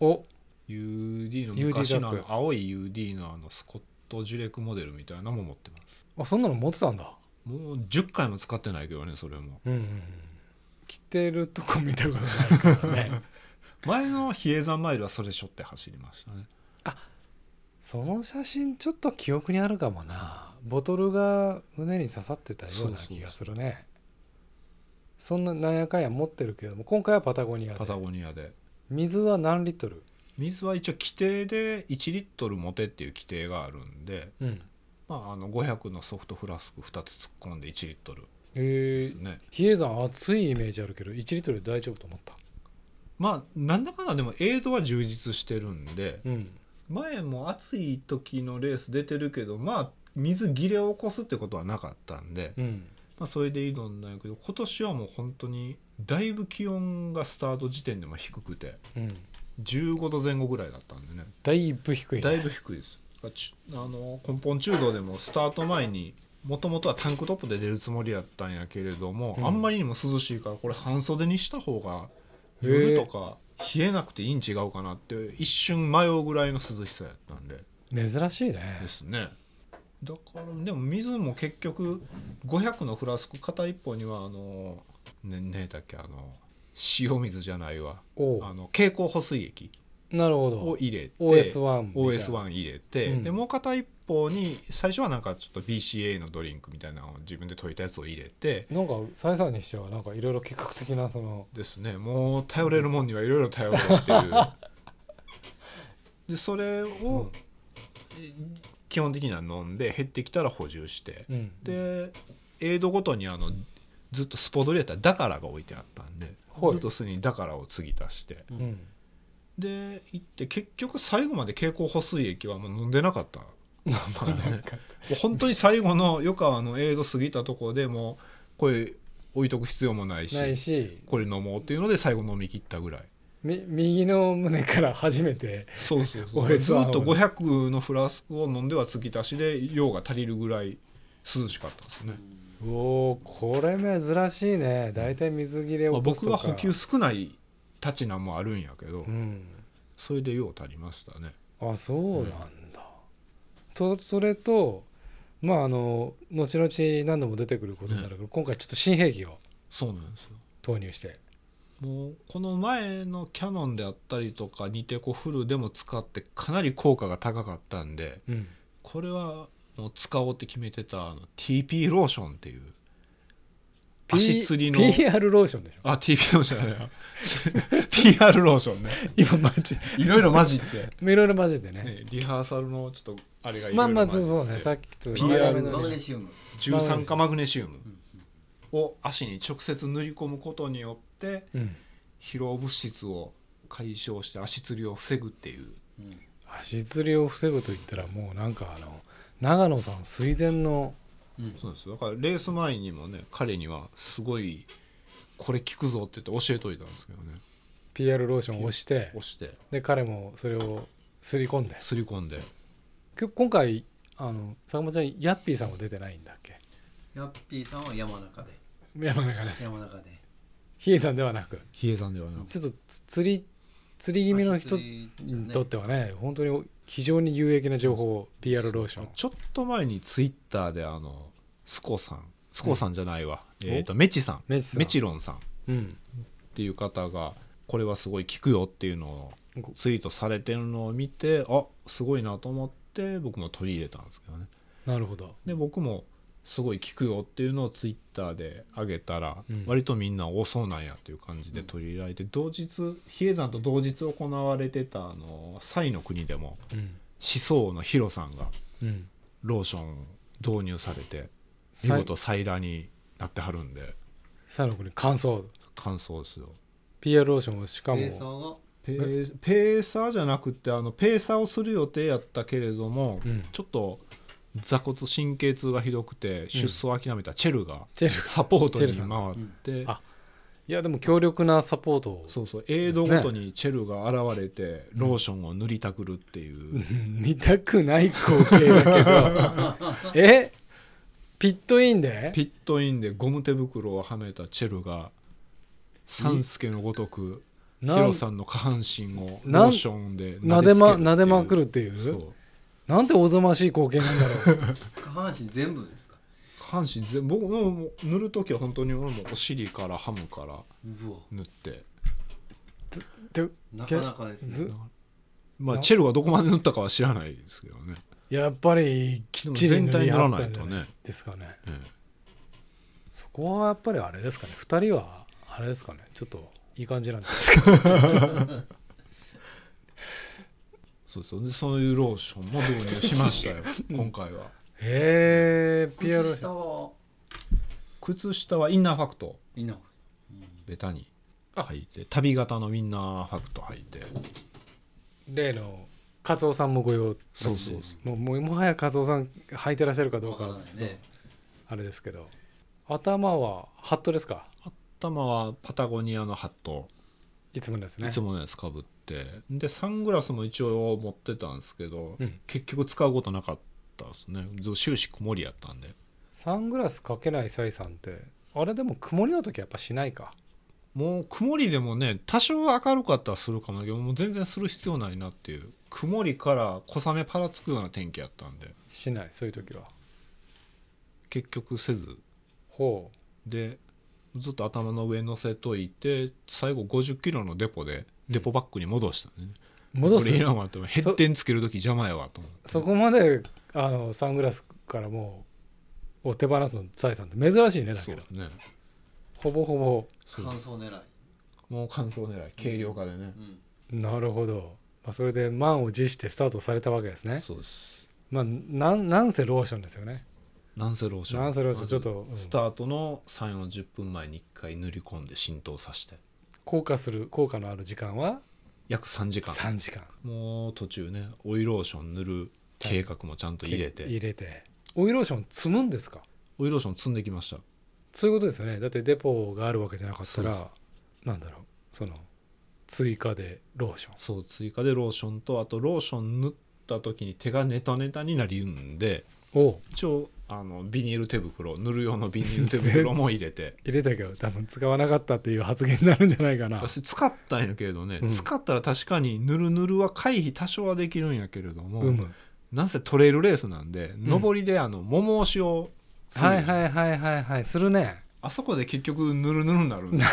[SPEAKER 1] お
[SPEAKER 2] UD の
[SPEAKER 1] UD
[SPEAKER 2] 昔のあ
[SPEAKER 1] ダッ
[SPEAKER 2] の
[SPEAKER 1] ク
[SPEAKER 2] 青い UD のあのスコット・ジュレクモデルみたいなのも持ってます
[SPEAKER 1] あそんなの持ってたんだ
[SPEAKER 2] もう10回も使ってないけどねそれも
[SPEAKER 1] うんうんうん着てるとこ見たことないからね
[SPEAKER 2] 前の比叡山マイルはそれしょって走りましたね
[SPEAKER 1] その写真ちょっと記憶にあるかもなボトルが胸に刺さってたような気がするねそんななんやかんや持ってるけども今回はパタゴニア
[SPEAKER 2] パ
[SPEAKER 1] で
[SPEAKER 2] タゴニアで
[SPEAKER 1] 水は何リットル
[SPEAKER 2] 水は一応規定で1リットル持てっていう規定があるんで、
[SPEAKER 1] うん
[SPEAKER 2] まあ、あの500のソフトフラスク2つ突っ込んで1リットルで
[SPEAKER 1] え
[SPEAKER 2] す
[SPEAKER 1] ー、
[SPEAKER 2] ね
[SPEAKER 1] 比叡山熱いイメージあるけど1リットルで大丈夫と思った
[SPEAKER 2] まあなんだかんだでもエイドは充実してるんで
[SPEAKER 1] うん
[SPEAKER 2] 前も暑い時のレース出てるけどまあ水切れを起こすってことはなかったんで、
[SPEAKER 1] うん
[SPEAKER 2] まあ、それで挑んだんやけど今年はもう本当にだいぶ気温がスタート時点でも低くて
[SPEAKER 1] うん
[SPEAKER 2] 15度前後ぐらいだったんでね
[SPEAKER 1] だいぶ低い、ね、
[SPEAKER 2] だいぶ低いですだからちあの根本中道でもスタート前にもともとはタンクトップで出るつもりやったんやけれども、
[SPEAKER 1] うん
[SPEAKER 2] あんまりにも涼しいからこれ半袖にした方が
[SPEAKER 1] へえ
[SPEAKER 2] 夜とか冷えなくていいん違うかなって一瞬迷うぐらいの涼しさやったんで
[SPEAKER 1] 珍しいね
[SPEAKER 2] ですねだからでも水も結局500のフラスコ片一方にはあのねねえだっけあの塩水じゃないわ
[SPEAKER 1] おう
[SPEAKER 2] あの蛍光補水液
[SPEAKER 1] なる
[SPEAKER 2] を
[SPEAKER 1] ほ
[SPEAKER 2] 入れて
[SPEAKER 1] ど OS1 みたいな
[SPEAKER 2] OS1 入れて、
[SPEAKER 1] うん
[SPEAKER 2] でもう片一方に最初はなんかちょっと BCA のドリンクみたいなのを自分で溶いたやつを入れて
[SPEAKER 1] なんかサイさんにしてはなんかいろいろ計画的なその
[SPEAKER 2] ですねもう頼れるもんにはいろいろ頼ろうっていうでそれを基本的には飲んで減ってきたら補充して、
[SPEAKER 1] うん
[SPEAKER 2] でエイドごとにあのずっとスポドリやったら「だから」が置いてあったんで、
[SPEAKER 1] はい
[SPEAKER 2] ずっとそれに「だから」を継ぎ足して
[SPEAKER 1] うん
[SPEAKER 2] で行って結局最後まで蛍光補水液はもう飲んでなかった
[SPEAKER 1] (laughs) まあなんか
[SPEAKER 2] もう本当に最後の余川のエイド過ぎたとこでもうこれ置いとく必要もないし
[SPEAKER 1] ないし
[SPEAKER 2] これ飲もうっていうので最後飲み切ったぐらい
[SPEAKER 1] み右の胸から初めて
[SPEAKER 2] そうそうそ (laughs)
[SPEAKER 1] お
[SPEAKER 2] う
[SPEAKER 1] へ
[SPEAKER 2] ず
[SPEAKER 1] そ
[SPEAKER 2] っ
[SPEAKER 1] は
[SPEAKER 2] と500のフラスクを飲んでは継ぎ足しで用が足りるぐらい涼しかったですね、
[SPEAKER 1] おおこれ珍しいね大体水切れ
[SPEAKER 2] まあ
[SPEAKER 1] を
[SPEAKER 2] 僕
[SPEAKER 1] は
[SPEAKER 2] は補給少ないたちなんもあるんやけど、
[SPEAKER 1] うん
[SPEAKER 2] それで用足りましたね
[SPEAKER 1] あそうなんだ、とそれとまああの後々何度も出てくることになるけど、今回ちょっと新兵器を
[SPEAKER 2] そうなんですよ
[SPEAKER 1] 投入して
[SPEAKER 2] もうこの前のキャノンであったりとかニテコフルでも使ってかなり効果が高かったんで
[SPEAKER 1] うん
[SPEAKER 2] これはもう使おうって決めてたあの TP ローションっていう
[SPEAKER 1] P-
[SPEAKER 2] 足つりの
[SPEAKER 1] PR ローションで
[SPEAKER 2] (laughs)
[SPEAKER 1] しょ
[SPEAKER 2] あ TP ローションじゃない (laughs) わ PR ローションね
[SPEAKER 1] 今マジ
[SPEAKER 2] いろいろ混じって、
[SPEAKER 1] いろいろ混じってね
[SPEAKER 2] ね、リハーサルのちょっとあれがい
[SPEAKER 1] ま
[SPEAKER 2] ろ
[SPEAKER 1] あ
[SPEAKER 2] い
[SPEAKER 1] ま
[SPEAKER 2] ろ
[SPEAKER 1] あ
[SPEAKER 2] 混じって
[SPEAKER 1] そうねさっきちょっと
[SPEAKER 2] PR
[SPEAKER 1] 長め
[SPEAKER 3] マ
[SPEAKER 1] の
[SPEAKER 3] グネシウム
[SPEAKER 2] 13化マグネシウム
[SPEAKER 3] うん
[SPEAKER 2] を足に直接塗り込むことによって
[SPEAKER 1] うん
[SPEAKER 2] 疲労物質を解消して足つりを防ぐっていう
[SPEAKER 3] うん
[SPEAKER 1] 足つりを防ぐと言ったらもうなんかあの長野さん垂涎の
[SPEAKER 3] うん
[SPEAKER 2] そうですだからレース前にもね彼にはすごいこれ効くぞって言って教えといたんですけどね
[SPEAKER 1] PR ローションを押して
[SPEAKER 2] 押して
[SPEAKER 1] で彼もそれをすり込んで
[SPEAKER 2] 刷り込んで
[SPEAKER 1] きょ今回あの坂本ちゃんヤッピーさんも出てないんだっけ
[SPEAKER 3] ヤッピーさんは山中で
[SPEAKER 1] 山中で
[SPEAKER 3] 山中で
[SPEAKER 1] 比叡山ではなく
[SPEAKER 2] 比叡山ではなく
[SPEAKER 1] ちょっとつ釣り釣り気味の人
[SPEAKER 3] 走りじゃ
[SPEAKER 1] に
[SPEAKER 3] ね
[SPEAKER 1] とってはね本当に非常に有益な情報を PR ローション
[SPEAKER 2] ちょっと前にツイッターであのスコさんスコさんじゃないわ、
[SPEAKER 1] うん
[SPEAKER 2] えっ、とメチさん
[SPEAKER 1] メチさん
[SPEAKER 2] メチロンさんっ
[SPEAKER 1] うん
[SPEAKER 2] ていう方がこれはすごい効くよっていうの
[SPEAKER 1] こ
[SPEAKER 2] をツイートされてるのを見てあすごいなと思って僕も取り入れたんですけどね
[SPEAKER 1] なるほど
[SPEAKER 2] で僕もすごい効くよっていうのをツイッターで上げたら、
[SPEAKER 1] うん
[SPEAKER 2] 割とみんな多そうなんやっていう感じで取り入れられて、同日比叡山と同日行われてたあの西の国でも
[SPEAKER 1] うん
[SPEAKER 2] 思想のヒロさんが
[SPEAKER 1] うん
[SPEAKER 2] ローションを導入されて見
[SPEAKER 1] 最
[SPEAKER 2] 事サイラーになってはるんで
[SPEAKER 1] 最後に感想
[SPEAKER 2] 感想ですよ
[SPEAKER 1] PR ローションをしか
[SPEAKER 3] ペーサ
[SPEAKER 1] も
[SPEAKER 2] ペ
[SPEAKER 3] ーが
[SPEAKER 2] ーペーサーじゃなくてあのペーサーをする予定やったけれども、
[SPEAKER 1] うん
[SPEAKER 2] ちょっと座骨神経痛がひどくて出走を諦めたチェルが
[SPEAKER 1] チェル
[SPEAKER 2] サポート
[SPEAKER 1] チェ
[SPEAKER 2] に
[SPEAKER 1] ルさん
[SPEAKER 2] 回って、
[SPEAKER 1] んあいやでも強力なサポートを (laughs)
[SPEAKER 2] そうそうエイドごとにチェルが現れてローションを塗りたくるっていう、
[SPEAKER 1] うん見たくない光景だけどえピットインで
[SPEAKER 2] ピットインでゴム手袋をはめたチェルが三助のごとくヒ
[SPEAKER 1] なん
[SPEAKER 2] ロさんの下半身を
[SPEAKER 1] なん
[SPEAKER 2] ローションで
[SPEAKER 1] なでま
[SPEAKER 2] 撫
[SPEAKER 1] なでまくるっ
[SPEAKER 2] って
[SPEAKER 1] い
[SPEAKER 2] て
[SPEAKER 1] う
[SPEAKER 2] いうそう
[SPEAKER 1] なんておぞましい光景なんだろう
[SPEAKER 3] 下半身全部ですか
[SPEAKER 2] 下半身全僕もうもう塗る時は本当に俺もお尻からハムから
[SPEAKER 3] うわ
[SPEAKER 2] 塗って
[SPEAKER 1] で
[SPEAKER 3] なかなかです
[SPEAKER 1] ず
[SPEAKER 3] ね
[SPEAKER 2] まあ
[SPEAKER 1] な
[SPEAKER 2] チェルがどこまで塗ったかは知らないですけどね、
[SPEAKER 1] (laughs) やっぱりきっちり塗り合ったんじゃ
[SPEAKER 2] でも全体に塗ら
[SPEAKER 1] な
[SPEAKER 2] ないいとね
[SPEAKER 1] ですかね
[SPEAKER 2] え
[SPEAKER 1] そこはやっぱりあれですかね2人はあれですかねちょっといい感じなんですか
[SPEAKER 2] えそうそうでそういうローションも導入しま (laughs) したよ今回は
[SPEAKER 1] (laughs) へえ PR
[SPEAKER 3] 靴下は
[SPEAKER 2] 靴下はインナーファクト
[SPEAKER 3] いな
[SPEAKER 2] ベタに履いて旅型のインナーファクト履いて
[SPEAKER 1] 例のカツオさんもご用だし
[SPEAKER 2] そうそうそう
[SPEAKER 1] もうもうもはやカツオさん履いてらっしゃるかどうか
[SPEAKER 3] わ
[SPEAKER 1] は
[SPEAKER 3] からな
[SPEAKER 1] ち
[SPEAKER 3] い
[SPEAKER 1] ょっと
[SPEAKER 3] ね
[SPEAKER 1] あれですけど頭はハットですか
[SPEAKER 2] 頭はパタゴニアのハット
[SPEAKER 1] いつものですね
[SPEAKER 2] いつものやつかぶってでサングラスも一応持ってたんですけど、
[SPEAKER 1] うん
[SPEAKER 2] 結局使うことなかったですねずっと終始曇りやったんで
[SPEAKER 1] サングラスかけないサイさんってあれでも曇りの時はやっぱしないか
[SPEAKER 2] もう曇りでもね多少明るかったらするかもだけどもう全然する必要ないなっていう曇りから小雨パラつくような天気やったんで
[SPEAKER 1] しないそういう時は
[SPEAKER 2] 結局せず
[SPEAKER 1] ほ
[SPEAKER 2] でずっと頭の上乗せといて最後5 0キロのデポでデポバッグに戻したね、
[SPEAKER 1] う戻す
[SPEAKER 2] これいらんわと思ってヘッテンつける時邪魔やわと思って
[SPEAKER 1] そこまであのサングラスからもうを手放すのサイさんって珍しいねだ
[SPEAKER 2] そ
[SPEAKER 1] け
[SPEAKER 2] う
[SPEAKER 1] ど
[SPEAKER 2] だね
[SPEAKER 1] ほぼほぼ
[SPEAKER 2] そう
[SPEAKER 3] 乾燥狙い
[SPEAKER 2] もう乾燥狙い軽量化でね
[SPEAKER 3] う、ん
[SPEAKER 1] なるほど、まあ、それで満を持してスタートされたわけですね
[SPEAKER 2] そうです
[SPEAKER 1] まあなんなんせローションですよね
[SPEAKER 2] なんせローション
[SPEAKER 1] なんせローションちょっとうん
[SPEAKER 2] スタートの3 4 0分前に1回塗り込んで浸透させて
[SPEAKER 1] 効果する効果のある時間は
[SPEAKER 2] 約3時間
[SPEAKER 1] 3時間
[SPEAKER 2] もう途中ねオイローション塗る計画もちゃんと入れて
[SPEAKER 1] 入れてオイルローション積むんですか
[SPEAKER 2] オイローション積んできました
[SPEAKER 1] そういうことですよねだってデポがあるわけじゃなかったらなんだろうその追加でローション
[SPEAKER 2] そう追加でローションとあとローション塗った時に手がネタネタになりうんで
[SPEAKER 1] おう
[SPEAKER 2] 一応あのビニール手袋塗る用のビニール手袋も入
[SPEAKER 1] (laughs)
[SPEAKER 2] れて
[SPEAKER 1] 入れたけど多分使わなかったっていう発言になるんじゃないかな
[SPEAKER 2] 私使ったんやけれどね、
[SPEAKER 1] うん
[SPEAKER 2] 使ったら確かにぬるぬるは回避多少はできるんやけれども、
[SPEAKER 1] うむ
[SPEAKER 2] なんせトレイルレースなんで、
[SPEAKER 1] ん
[SPEAKER 2] 上りであの桃押しをする
[SPEAKER 1] はいはいはいはいはいするね
[SPEAKER 2] あそこで結局ぬるぬるになる
[SPEAKER 1] (laughs)
[SPEAKER 2] んで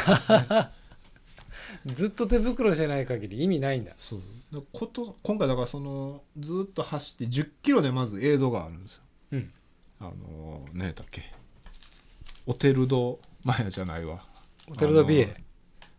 [SPEAKER 1] ずっと手袋してない限り意味ないんだ
[SPEAKER 2] そうだからこと今回だからそのずっと走って1 0キロでまずエイドがあるんですよ
[SPEAKER 1] うん
[SPEAKER 2] あのー、何やったっけオテルドマヤじゃないわ
[SPEAKER 1] ロテルドビ
[SPEAKER 2] あの
[SPEAKER 1] エ
[SPEAKER 2] ー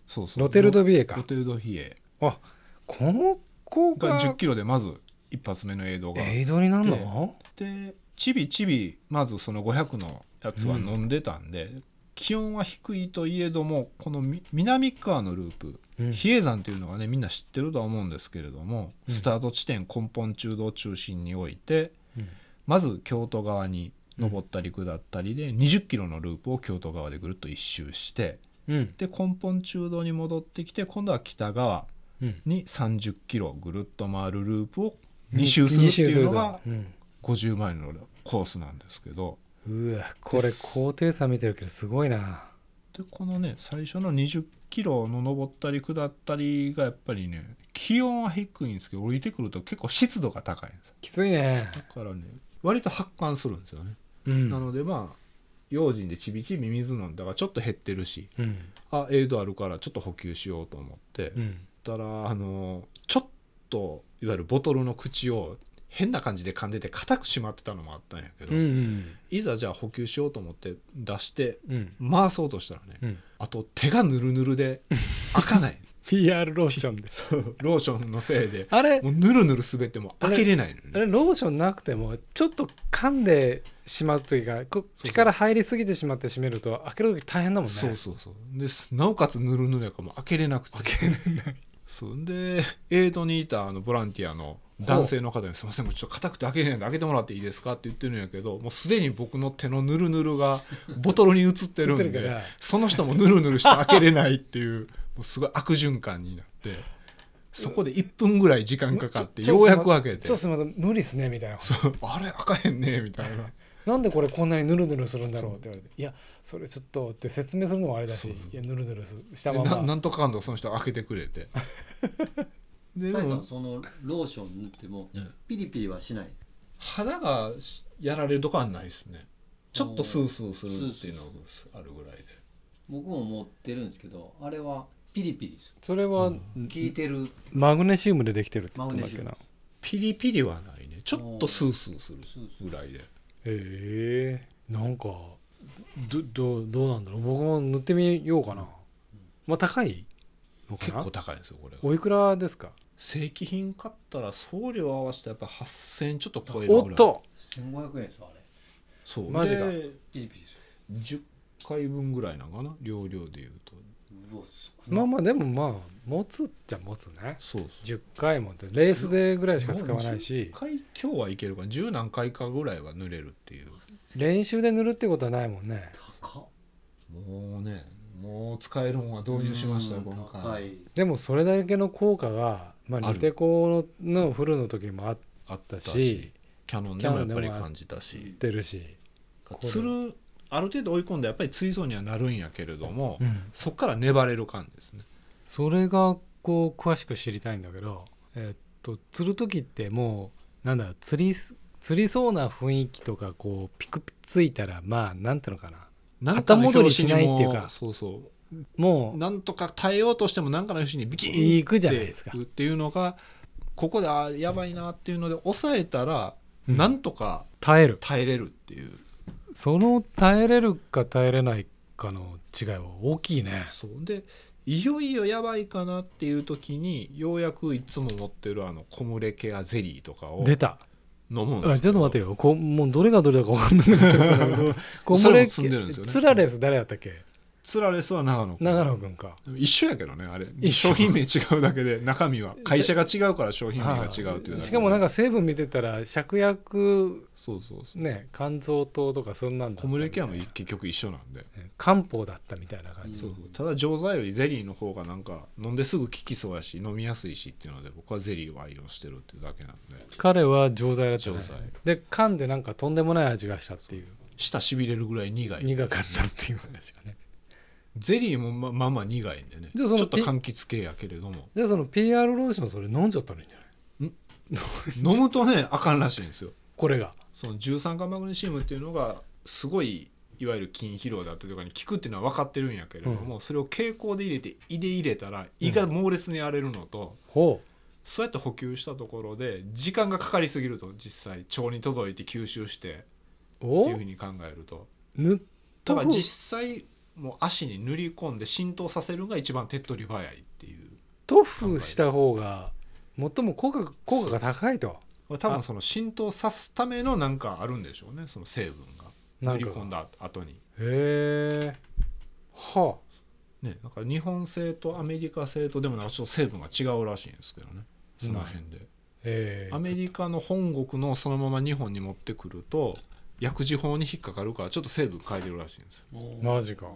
[SPEAKER 2] そうそう
[SPEAKER 1] ロテルドビエ
[SPEAKER 2] ロ
[SPEAKER 1] か
[SPEAKER 2] テルドヒエ
[SPEAKER 1] あこの効果
[SPEAKER 2] が1 0キロでまず一発目のエイドがあっ
[SPEAKER 1] エイドになんの
[SPEAKER 2] てちびちびまずその500のやつは飲んでたんで、気温は低いといえどもこのみ南側のループ
[SPEAKER 1] うん
[SPEAKER 2] 比叡山っていうのがねみんな知ってるとは思うんですけれども、
[SPEAKER 1] うん
[SPEAKER 2] スタート地点根本中道を中心において
[SPEAKER 1] うん
[SPEAKER 2] まず京都側に登ったり下ったりで2 0キロのループを京都側でぐるっと一周して
[SPEAKER 1] うん
[SPEAKER 2] で根本中道に戻ってきて今度は北側
[SPEAKER 1] うん
[SPEAKER 2] に3 0キロぐるっと回るループを2周するっていうのが
[SPEAKER 1] 二周すると
[SPEAKER 2] 50マイルのコースなんですけど
[SPEAKER 1] うんうわこれ高低差見てるけどすごいな
[SPEAKER 2] でこのね最初の2 0キロの登ったり下ったりがやっぱりね気温は低いんですけど降りてくると結構湿度が高いんです
[SPEAKER 1] きついね
[SPEAKER 2] だからね割と発汗するんですよね、
[SPEAKER 1] うん
[SPEAKER 2] なのでまあ用心でちびちび水飲んだからちょっと減ってるし
[SPEAKER 1] うん
[SPEAKER 2] あエイドあるからちょっと補給しようと思って、
[SPEAKER 1] うん
[SPEAKER 2] たらあのちょっといわゆるボトルの口を変な感じで噛んでて硬く閉まってたのもあったんやけ
[SPEAKER 1] う
[SPEAKER 2] ど、
[SPEAKER 1] んうん
[SPEAKER 2] いざじゃあ補給しようと思って出して
[SPEAKER 1] うん
[SPEAKER 2] 回そうとしたらね、
[SPEAKER 1] うん
[SPEAKER 2] あと手がぬるぬ
[SPEAKER 1] (laughs)
[SPEAKER 2] るで開かない
[SPEAKER 1] PR ローションです
[SPEAKER 2] そうローションのせいで
[SPEAKER 1] あれ
[SPEAKER 2] もうぬるぬる滑っても開けれないの
[SPEAKER 1] あれ
[SPEAKER 2] ね
[SPEAKER 1] ローションなくてもちょっと噛んでしまうというかこ
[SPEAKER 2] そう
[SPEAKER 1] 力入りすぎてしまって閉めると開ける時大変だもんね
[SPEAKER 2] そうそうそうですなおかつぬるぬるやからもう開けれなくて
[SPEAKER 1] 開けれない
[SPEAKER 2] そんでエイドにいたあのボランティアの男性の方に「すいませんもうちょっと硬くて開けれないんで開けてもらっていいですか?」って言ってるんやけどもうすでに僕の手のぬるぬ
[SPEAKER 1] (laughs)
[SPEAKER 2] るがボトルに映って
[SPEAKER 1] 映
[SPEAKER 2] るん
[SPEAKER 1] ってるか
[SPEAKER 2] で
[SPEAKER 1] ら
[SPEAKER 2] その人もぬるぬるして開けれないっていうもうすごい悪循環になってそこで1分ぐらい時間かかって
[SPEAKER 1] (laughs) ちょ
[SPEAKER 2] ようやく開けて
[SPEAKER 1] ちょっとすみません無理っすねみたいな
[SPEAKER 2] そうあれ開かへんねみたい
[SPEAKER 1] (laughs)
[SPEAKER 2] な
[SPEAKER 1] なんでこれこんなにヌルヌルするんだろうって言われて「いやそれちょっと」って説明するのもあれだし
[SPEAKER 2] そう
[SPEAKER 1] 「いやヌルヌルすした
[SPEAKER 2] で
[SPEAKER 1] ま
[SPEAKER 2] なな
[SPEAKER 1] ま
[SPEAKER 2] んとかかんとかその人開けてくれ
[SPEAKER 1] (laughs)
[SPEAKER 2] てで
[SPEAKER 3] サイ
[SPEAKER 2] も
[SPEAKER 3] さんそのローション塗っても
[SPEAKER 2] うん
[SPEAKER 3] ピリピリはしないです
[SPEAKER 2] 肌がしやられるとかはないですねちょっとスースーするっていうのがあるぐらいで
[SPEAKER 3] 僕も持ってるんですけどあれはピリピリです
[SPEAKER 1] それは、
[SPEAKER 3] 効いてる
[SPEAKER 1] マグネシウムでできてるって言ってたんだっけ
[SPEAKER 3] マ
[SPEAKER 1] な
[SPEAKER 2] ピリピリはないねちょっとスースーするぐらいで
[SPEAKER 1] ええなんかどどどうなんだろう僕も塗ってみようかなまあ高いのか
[SPEAKER 2] 結
[SPEAKER 1] な
[SPEAKER 2] 構高いんですよこれが
[SPEAKER 1] おいくらですか
[SPEAKER 2] 正規品買ったら送料合わせてやっぱ8000ちょっと超えるぐらい
[SPEAKER 1] おっと
[SPEAKER 3] 1500円ですわあれ
[SPEAKER 2] そう
[SPEAKER 1] マジか
[SPEAKER 2] で
[SPEAKER 3] ピリピリです
[SPEAKER 2] 10回分ぐらいなのかな量量でいうと
[SPEAKER 3] うわ少
[SPEAKER 1] ま
[SPEAKER 3] な
[SPEAKER 1] あ
[SPEAKER 3] い
[SPEAKER 1] まあでもまあ持つっちゃ持つね
[SPEAKER 2] そうそう
[SPEAKER 1] 10回もってレースでぐらいしか使わないし
[SPEAKER 2] 10回今日はいけるか10何回かぐらいは塗れるっていう
[SPEAKER 1] 練習で塗るってことはないもんね
[SPEAKER 3] 高っ
[SPEAKER 2] もうねもう使えるもんは導入しましたよ今回
[SPEAKER 3] 高い
[SPEAKER 1] でもそれだけの効果が、まあ、
[SPEAKER 2] ある
[SPEAKER 1] ニテコのフルの時もあっ
[SPEAKER 2] あったた
[SPEAKER 1] し
[SPEAKER 2] しキャノンでもやっぱり感じたし
[SPEAKER 1] てるし、これ
[SPEAKER 2] するある程度追い込んでやっぱり追走にはなるんやけれども、
[SPEAKER 1] うん
[SPEAKER 2] そこから粘れる感じですね
[SPEAKER 1] それがこう詳しく知りたいんだけど、えっと釣る時ってもうなんだ釣り釣りそうな雰囲気とかこうピクピクついたらまあなんていうのかな
[SPEAKER 2] なんかの
[SPEAKER 1] 後戻りしないっていうか
[SPEAKER 2] 拍子にもそうそ
[SPEAKER 1] も
[SPEAKER 2] うなんとか耐えようとしても何かの拍子にビキ
[SPEAKER 1] う
[SPEAKER 2] ーン
[SPEAKER 1] 行くじゃ
[SPEAKER 2] っ
[SPEAKER 1] ない
[SPEAKER 2] て
[SPEAKER 1] ですか
[SPEAKER 2] い。うっていうのがここであーやばいなっていうので抑えたら、
[SPEAKER 1] うん
[SPEAKER 2] なんとか
[SPEAKER 1] 耐える
[SPEAKER 2] 耐えれるっていう
[SPEAKER 1] その耐えれるか耐えれないかの違いは大きいね。
[SPEAKER 2] そうでいよいよやばいかなっていう時にようやくいつも持ってるあの小胸ケアゼリーとかを
[SPEAKER 1] 出た
[SPEAKER 2] 飲むんで
[SPEAKER 1] あ
[SPEAKER 2] す
[SPEAKER 1] ちょっと待
[SPEAKER 2] よ
[SPEAKER 1] ってよこもうどれがどれだか分かんないちょっと
[SPEAKER 2] (laughs)
[SPEAKER 1] 俺こ
[SPEAKER 2] それ
[SPEAKER 1] れ
[SPEAKER 2] も積んでるんですよね
[SPEAKER 1] ツラレス誰やったっけ
[SPEAKER 2] ツラレスは長野君
[SPEAKER 1] 長野くんか
[SPEAKER 2] 一緒やけどねあれ
[SPEAKER 1] 一緒
[SPEAKER 2] 商品名違うだけで中身は会社が違うから商品名が違うっていうだけで
[SPEAKER 1] しかもなんか成分見てたら芍薬
[SPEAKER 2] そうそうそう
[SPEAKER 1] ね肝臓糖とかそんなんだったみた
[SPEAKER 2] 小
[SPEAKER 1] い
[SPEAKER 2] 麦ケアも結局一緒なんで、
[SPEAKER 1] ね漢方だったみたいな感じ
[SPEAKER 3] ん
[SPEAKER 2] そうそうただ錠剤よりゼリーの方がなんか飲んですぐ効きそうやし飲みやすいしっていうので僕はゼリーを愛用してるっていうだけなんで
[SPEAKER 1] 彼は錠剤だったね
[SPEAKER 2] 錠剤
[SPEAKER 1] で噛んでなんかとんでもない味がしたっていう
[SPEAKER 2] 舌しびれるぐらい苦い
[SPEAKER 1] 苦かったっていう話がね
[SPEAKER 2] ゼリーもままあまあ苦いんでね
[SPEAKER 1] じゃ
[SPEAKER 2] ちょ
[SPEAKER 1] あその
[SPEAKER 2] っと柑橘系やけれども
[SPEAKER 1] でその PR ローションそれ飲んじゃったらいいんじゃない
[SPEAKER 2] (laughs) 飲むとねあかんらしいんですよ
[SPEAKER 1] これが
[SPEAKER 2] その13酸化マグネシウムっていうのがすごいいわゆる筋疲労だったりとかに効くっていうのは分かってるんやけれども、それを蛍光で入れて胃で入れたら胃が猛烈に荒れるのと、
[SPEAKER 1] ほ
[SPEAKER 2] そうやって補給したところで時間がかかりすぎると実際腸に届いて吸収して
[SPEAKER 1] う
[SPEAKER 2] っていう
[SPEAKER 1] お
[SPEAKER 2] ふうに考えると
[SPEAKER 1] 塗った
[SPEAKER 2] だから
[SPEAKER 1] 方
[SPEAKER 2] 実際もう足に塗り込んで浸透させるのが一番手っ取り早いっていう
[SPEAKER 1] 塗布した方が最も効果効果が高いと
[SPEAKER 2] 多分その浸透さすためのなんかあるんでしょうねその成分が
[SPEAKER 1] な
[SPEAKER 2] 塗
[SPEAKER 1] ん
[SPEAKER 2] り
[SPEAKER 1] か
[SPEAKER 2] 込んだ後に
[SPEAKER 1] へへえはあ
[SPEAKER 2] ね、なんか日本製とアメリカ製とでもなんかちょっと成分が違うらしいんですけどねその辺で、
[SPEAKER 1] ええ
[SPEAKER 2] アメリカの本国のそのまま日本に持ってくると薬事法に引っかかるからちょっと成分変えてるらしいんですよ
[SPEAKER 1] マジか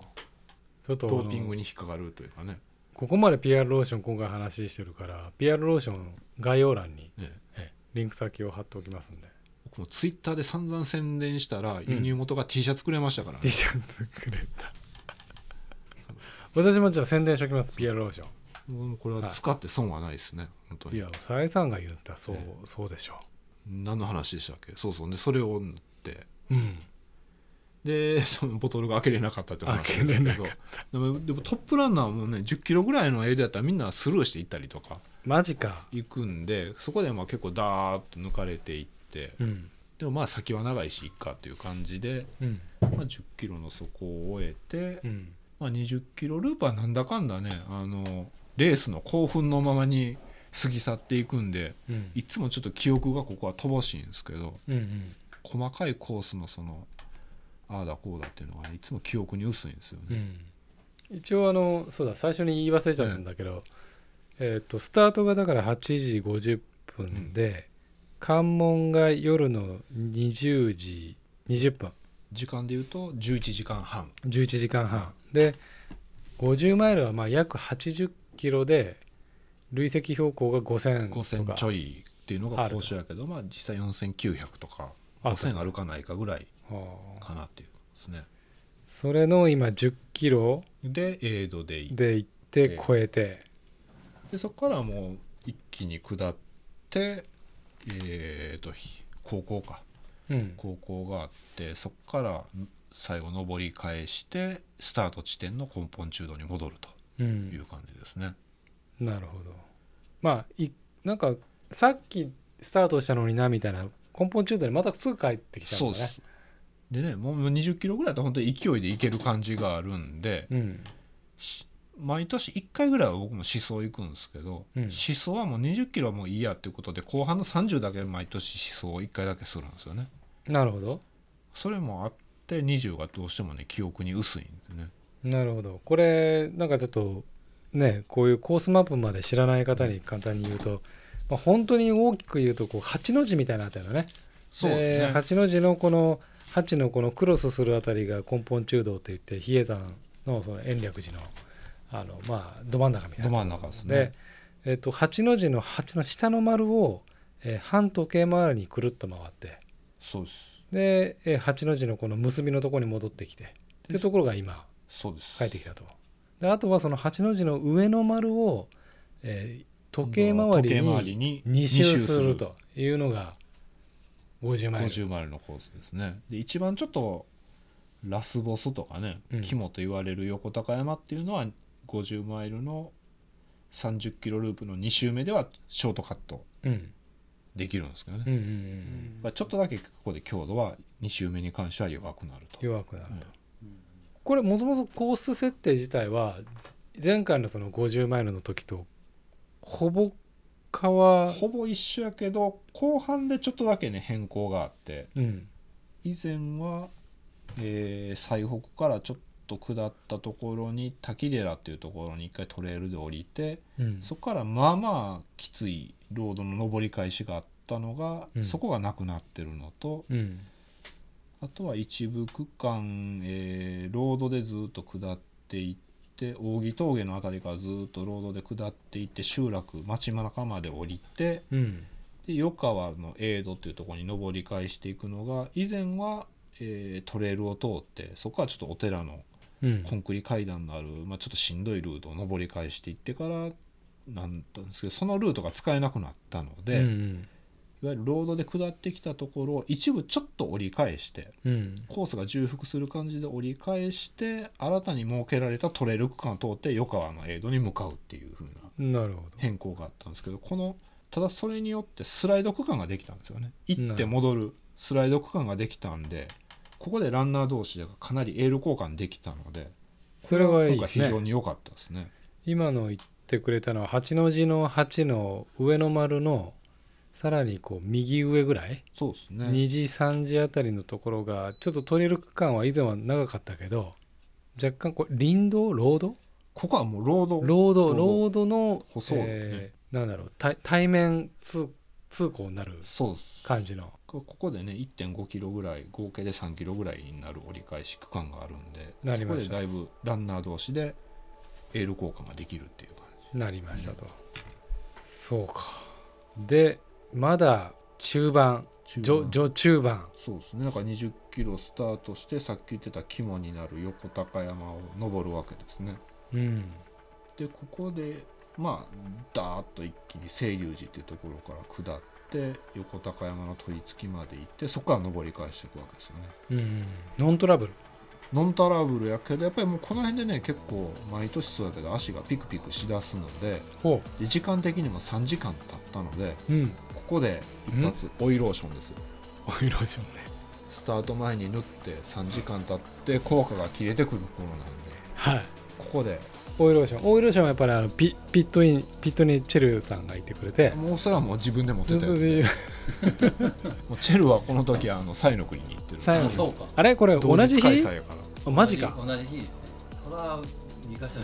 [SPEAKER 1] ちょっと
[SPEAKER 2] ド
[SPEAKER 1] あの
[SPEAKER 2] ーピングに引っかかるというかね
[SPEAKER 1] ここまで PR ローション今回話してるから PR ローションの概要欄に、
[SPEAKER 2] ね
[SPEAKER 1] ええリンク先を貼っておきますんで
[SPEAKER 2] 僕もツイッターで散々宣伝したら輸入元が T シャツくれましたからね、
[SPEAKER 1] T シャツくれた私もじゃあ宣伝しておきます PR ローション
[SPEAKER 2] うんこれは使って損はないですね、本当
[SPEAKER 1] い
[SPEAKER 2] に
[SPEAKER 1] やさえさんが言ったらそう、
[SPEAKER 2] え
[SPEAKER 1] そうでしょ
[SPEAKER 2] 何の話でしたっけそうそうでそれを塗って
[SPEAKER 1] ううん
[SPEAKER 2] で (laughs) そのボトルが開けれなかったって
[SPEAKER 1] 開
[SPEAKER 2] 話
[SPEAKER 1] けれ
[SPEAKER 2] ですけ
[SPEAKER 1] な
[SPEAKER 2] ど
[SPEAKER 1] かっ
[SPEAKER 2] でもでもトップランナーもね1 0キロぐらいのエリアだったらみんなスルーしていったりとか
[SPEAKER 1] マジか
[SPEAKER 2] 行くんでそこでまあ結構ダーッと抜かれていって
[SPEAKER 1] うん
[SPEAKER 2] でもまあ先は長いしいっかっていう感じで、
[SPEAKER 1] うん
[SPEAKER 2] まあ、1 0キロの底を終えて、
[SPEAKER 1] うん
[SPEAKER 2] まあ、2 0キロループはなんだかんだねあのレースの興奮のままに過ぎ去っていくんで
[SPEAKER 1] うん
[SPEAKER 2] いつもちょっと記憶がここは乏しいんですけど
[SPEAKER 1] うんうん
[SPEAKER 2] 細かいコースのそのああだこうだっていうのが、ね、いつも記憶に薄いんですよね。
[SPEAKER 1] 一応あのそうだ最初に言い忘れちゃったんだけど、えっとスタートがだから8時50分で、関門が夜の20時20分
[SPEAKER 2] 時間で言うと11時間半
[SPEAKER 1] 11時間半、で50マイルはまあ約80キロで累積標高が5000とか
[SPEAKER 2] 5000ちょいっていうのが
[SPEAKER 1] ある
[SPEAKER 2] 講師やけどまあ実際4900とか
[SPEAKER 1] あった
[SPEAKER 2] 5000あるかないかぐらい
[SPEAKER 1] はあ
[SPEAKER 2] かなっていうことですね
[SPEAKER 1] それの今10キロ
[SPEAKER 2] でエイドで行って
[SPEAKER 1] で行って超えて、
[SPEAKER 2] でそこからもう一気に下ってえー、とひ高校か
[SPEAKER 1] うん、
[SPEAKER 2] 高校があってそこから最後上り返してスタート地点の根本中道に戻る
[SPEAKER 1] う
[SPEAKER 2] と
[SPEAKER 1] ん
[SPEAKER 2] いう感じですね、
[SPEAKER 1] なるほどまあいなんかさっきスタートしたのになみたいな根本中途でまたすぐ帰ってきちゃ
[SPEAKER 2] そううん
[SPEAKER 1] だ
[SPEAKER 2] で
[SPEAKER 1] ね
[SPEAKER 2] すでねもう2 0キロぐらいだと本当に勢いでいける感じがあるんで、
[SPEAKER 1] うん
[SPEAKER 2] し毎年1回ぐらいは僕も思想行くんですけど、
[SPEAKER 1] うん
[SPEAKER 2] 思想はもう2 0キロはもういいやっていうことで後半の30だけ毎年思想を1回だけするんですよね
[SPEAKER 1] なるほど
[SPEAKER 2] それもあって20がどうしてもね記憶に薄いんでね
[SPEAKER 1] なるほどこれなんかちょっとねこういうコースマップまで知らない方に簡単に言うと、まあ、本当に大きく言うとこう8の字みたいなあたりだねで八の字のこの八のこのクロスするあたりが根本中道っていって比叡山のその延暦寺のあのまあど真ん中みたいな
[SPEAKER 2] ど真ん中ですね
[SPEAKER 1] で、えっと八の字の八の下の丸を、えー半時計回りにくるっと回って
[SPEAKER 2] そうです
[SPEAKER 1] で、えー八の字のこの結びのところに戻ってきてっていうところが今
[SPEAKER 2] そうです
[SPEAKER 1] 帰ってきたとであとはその八の字の上の丸を、えー時計回り
[SPEAKER 2] 時計
[SPEAKER 1] に
[SPEAKER 2] に
[SPEAKER 1] 2周するというのが50マイル
[SPEAKER 2] 50マイルのコースですねで一番ちょっとラスボスとかね、
[SPEAKER 1] うん
[SPEAKER 2] 肝と言われる横高山っていうのは50マイルの30キロループの2周目ではショートカット
[SPEAKER 1] うん
[SPEAKER 2] できるんですけどね、
[SPEAKER 1] うんうんうん、
[SPEAKER 2] まあちょっとだけここで強度は2周目に関しては弱くなると
[SPEAKER 1] 弱くなると、
[SPEAKER 3] うん
[SPEAKER 1] これもそもそもコース設定自体は前回のその50マイルの時とほぼ変わ
[SPEAKER 2] ほぼ一緒やけど後半でちょっとだけね変更があって
[SPEAKER 1] うん
[SPEAKER 2] 以前は、えー最北からちょっと下ったところに滝寺っていうところに一回トレイルで降りて
[SPEAKER 1] うん
[SPEAKER 2] そこからまあまあきついロードの上り返しがあったのが、
[SPEAKER 1] うん
[SPEAKER 2] そこがなくなってるのと
[SPEAKER 1] うん
[SPEAKER 2] あとは一部区間、えーロードでずっと下っていって扇峠の辺りからずっとロードで下っていって集落町中まで降りて
[SPEAKER 1] うん
[SPEAKER 2] で余川のエイドっていうところに上り返していくのが以前は、えートレールを通ってそこからちょっとお寺の
[SPEAKER 1] うん
[SPEAKER 2] コンクリ階段のある、まあ、ちょっとしんどいルートを上り返していってからなんだったんですけどそのルートが使えなくなったので、
[SPEAKER 1] う
[SPEAKER 2] い
[SPEAKER 1] ん
[SPEAKER 2] わゆるロードで下ってきたところを一部ちょっと折り返して。
[SPEAKER 1] うん
[SPEAKER 2] コースが重複する感じで折り返して新たに設けられたトレイル区間を通って余川のエイドに向かうっていう風な
[SPEAKER 1] うんなるほど
[SPEAKER 2] 変更があったんですけどこのただそれによってスライド区間ができたんですよね行って戻るスライド区間ができたんでここでランナー同士がかなりエール交換できたので
[SPEAKER 1] それはいい
[SPEAKER 2] 今
[SPEAKER 1] で
[SPEAKER 2] 回
[SPEAKER 1] す
[SPEAKER 2] 非常
[SPEAKER 1] ね
[SPEAKER 2] に良かったですね
[SPEAKER 1] 今の言ってくれたのは八の字の八の上の丸のさらにこう右上ぐらい、
[SPEAKER 2] そうですね
[SPEAKER 1] 2時3時あたりのところがちょっと取れる区間は以前は長かったけど若干これ林道ロード
[SPEAKER 2] ここはもうロード
[SPEAKER 1] ロード
[SPEAKER 2] ロード
[SPEAKER 1] ロードの、
[SPEAKER 2] 舗装路ね
[SPEAKER 1] えーなんだろう対対面通通行になる
[SPEAKER 2] そうです
[SPEAKER 1] 感じの
[SPEAKER 2] こここでね1 5キロぐらい合計で3キロぐらいになる折り返し区間があるんで
[SPEAKER 1] なりました
[SPEAKER 2] そこでだいぶランナー同士でエール交換ができるっていう感
[SPEAKER 1] なりましたと、そうかでまだ中盤
[SPEAKER 2] じ
[SPEAKER 1] 序序中盤
[SPEAKER 2] そうですねだから2 0キロスタートしてさっき言ってた肝になる横高山を登るわけですね
[SPEAKER 1] うん
[SPEAKER 2] でここでまあダーッと一気に清流寺っていうところから下って横高山の取り付きまで行ってそこから登り返していくわけですよね
[SPEAKER 1] うんノントラブル
[SPEAKER 2] ノントラブルやけどやっぱりもうこの辺でね結構毎年そうやけど足がピクピクしだすので
[SPEAKER 1] ほ
[SPEAKER 2] で時間的にも3時間経ったので
[SPEAKER 1] ううん
[SPEAKER 2] ここで一発オイローションですよ
[SPEAKER 1] オイローションね
[SPEAKER 2] スタート前に塗って3時間経って効果が切れてくる頃なんで
[SPEAKER 1] はい
[SPEAKER 2] ここで
[SPEAKER 1] オイローションオイローションはやっぱりあのピピットインピットにチェルさんがいてくれて
[SPEAKER 2] もうそれはもう自分で持って
[SPEAKER 1] ずったと
[SPEAKER 2] やつで
[SPEAKER 1] 自由
[SPEAKER 2] もうチェルはこの時はあのサイの国に行ってる
[SPEAKER 1] サイの
[SPEAKER 3] あ
[SPEAKER 1] 国
[SPEAKER 3] そうか
[SPEAKER 1] あれこれ同じ
[SPEAKER 2] 同開
[SPEAKER 1] 日
[SPEAKER 2] 催やから
[SPEAKER 1] マジか
[SPEAKER 3] 同じ同じ日ですねそれは2か所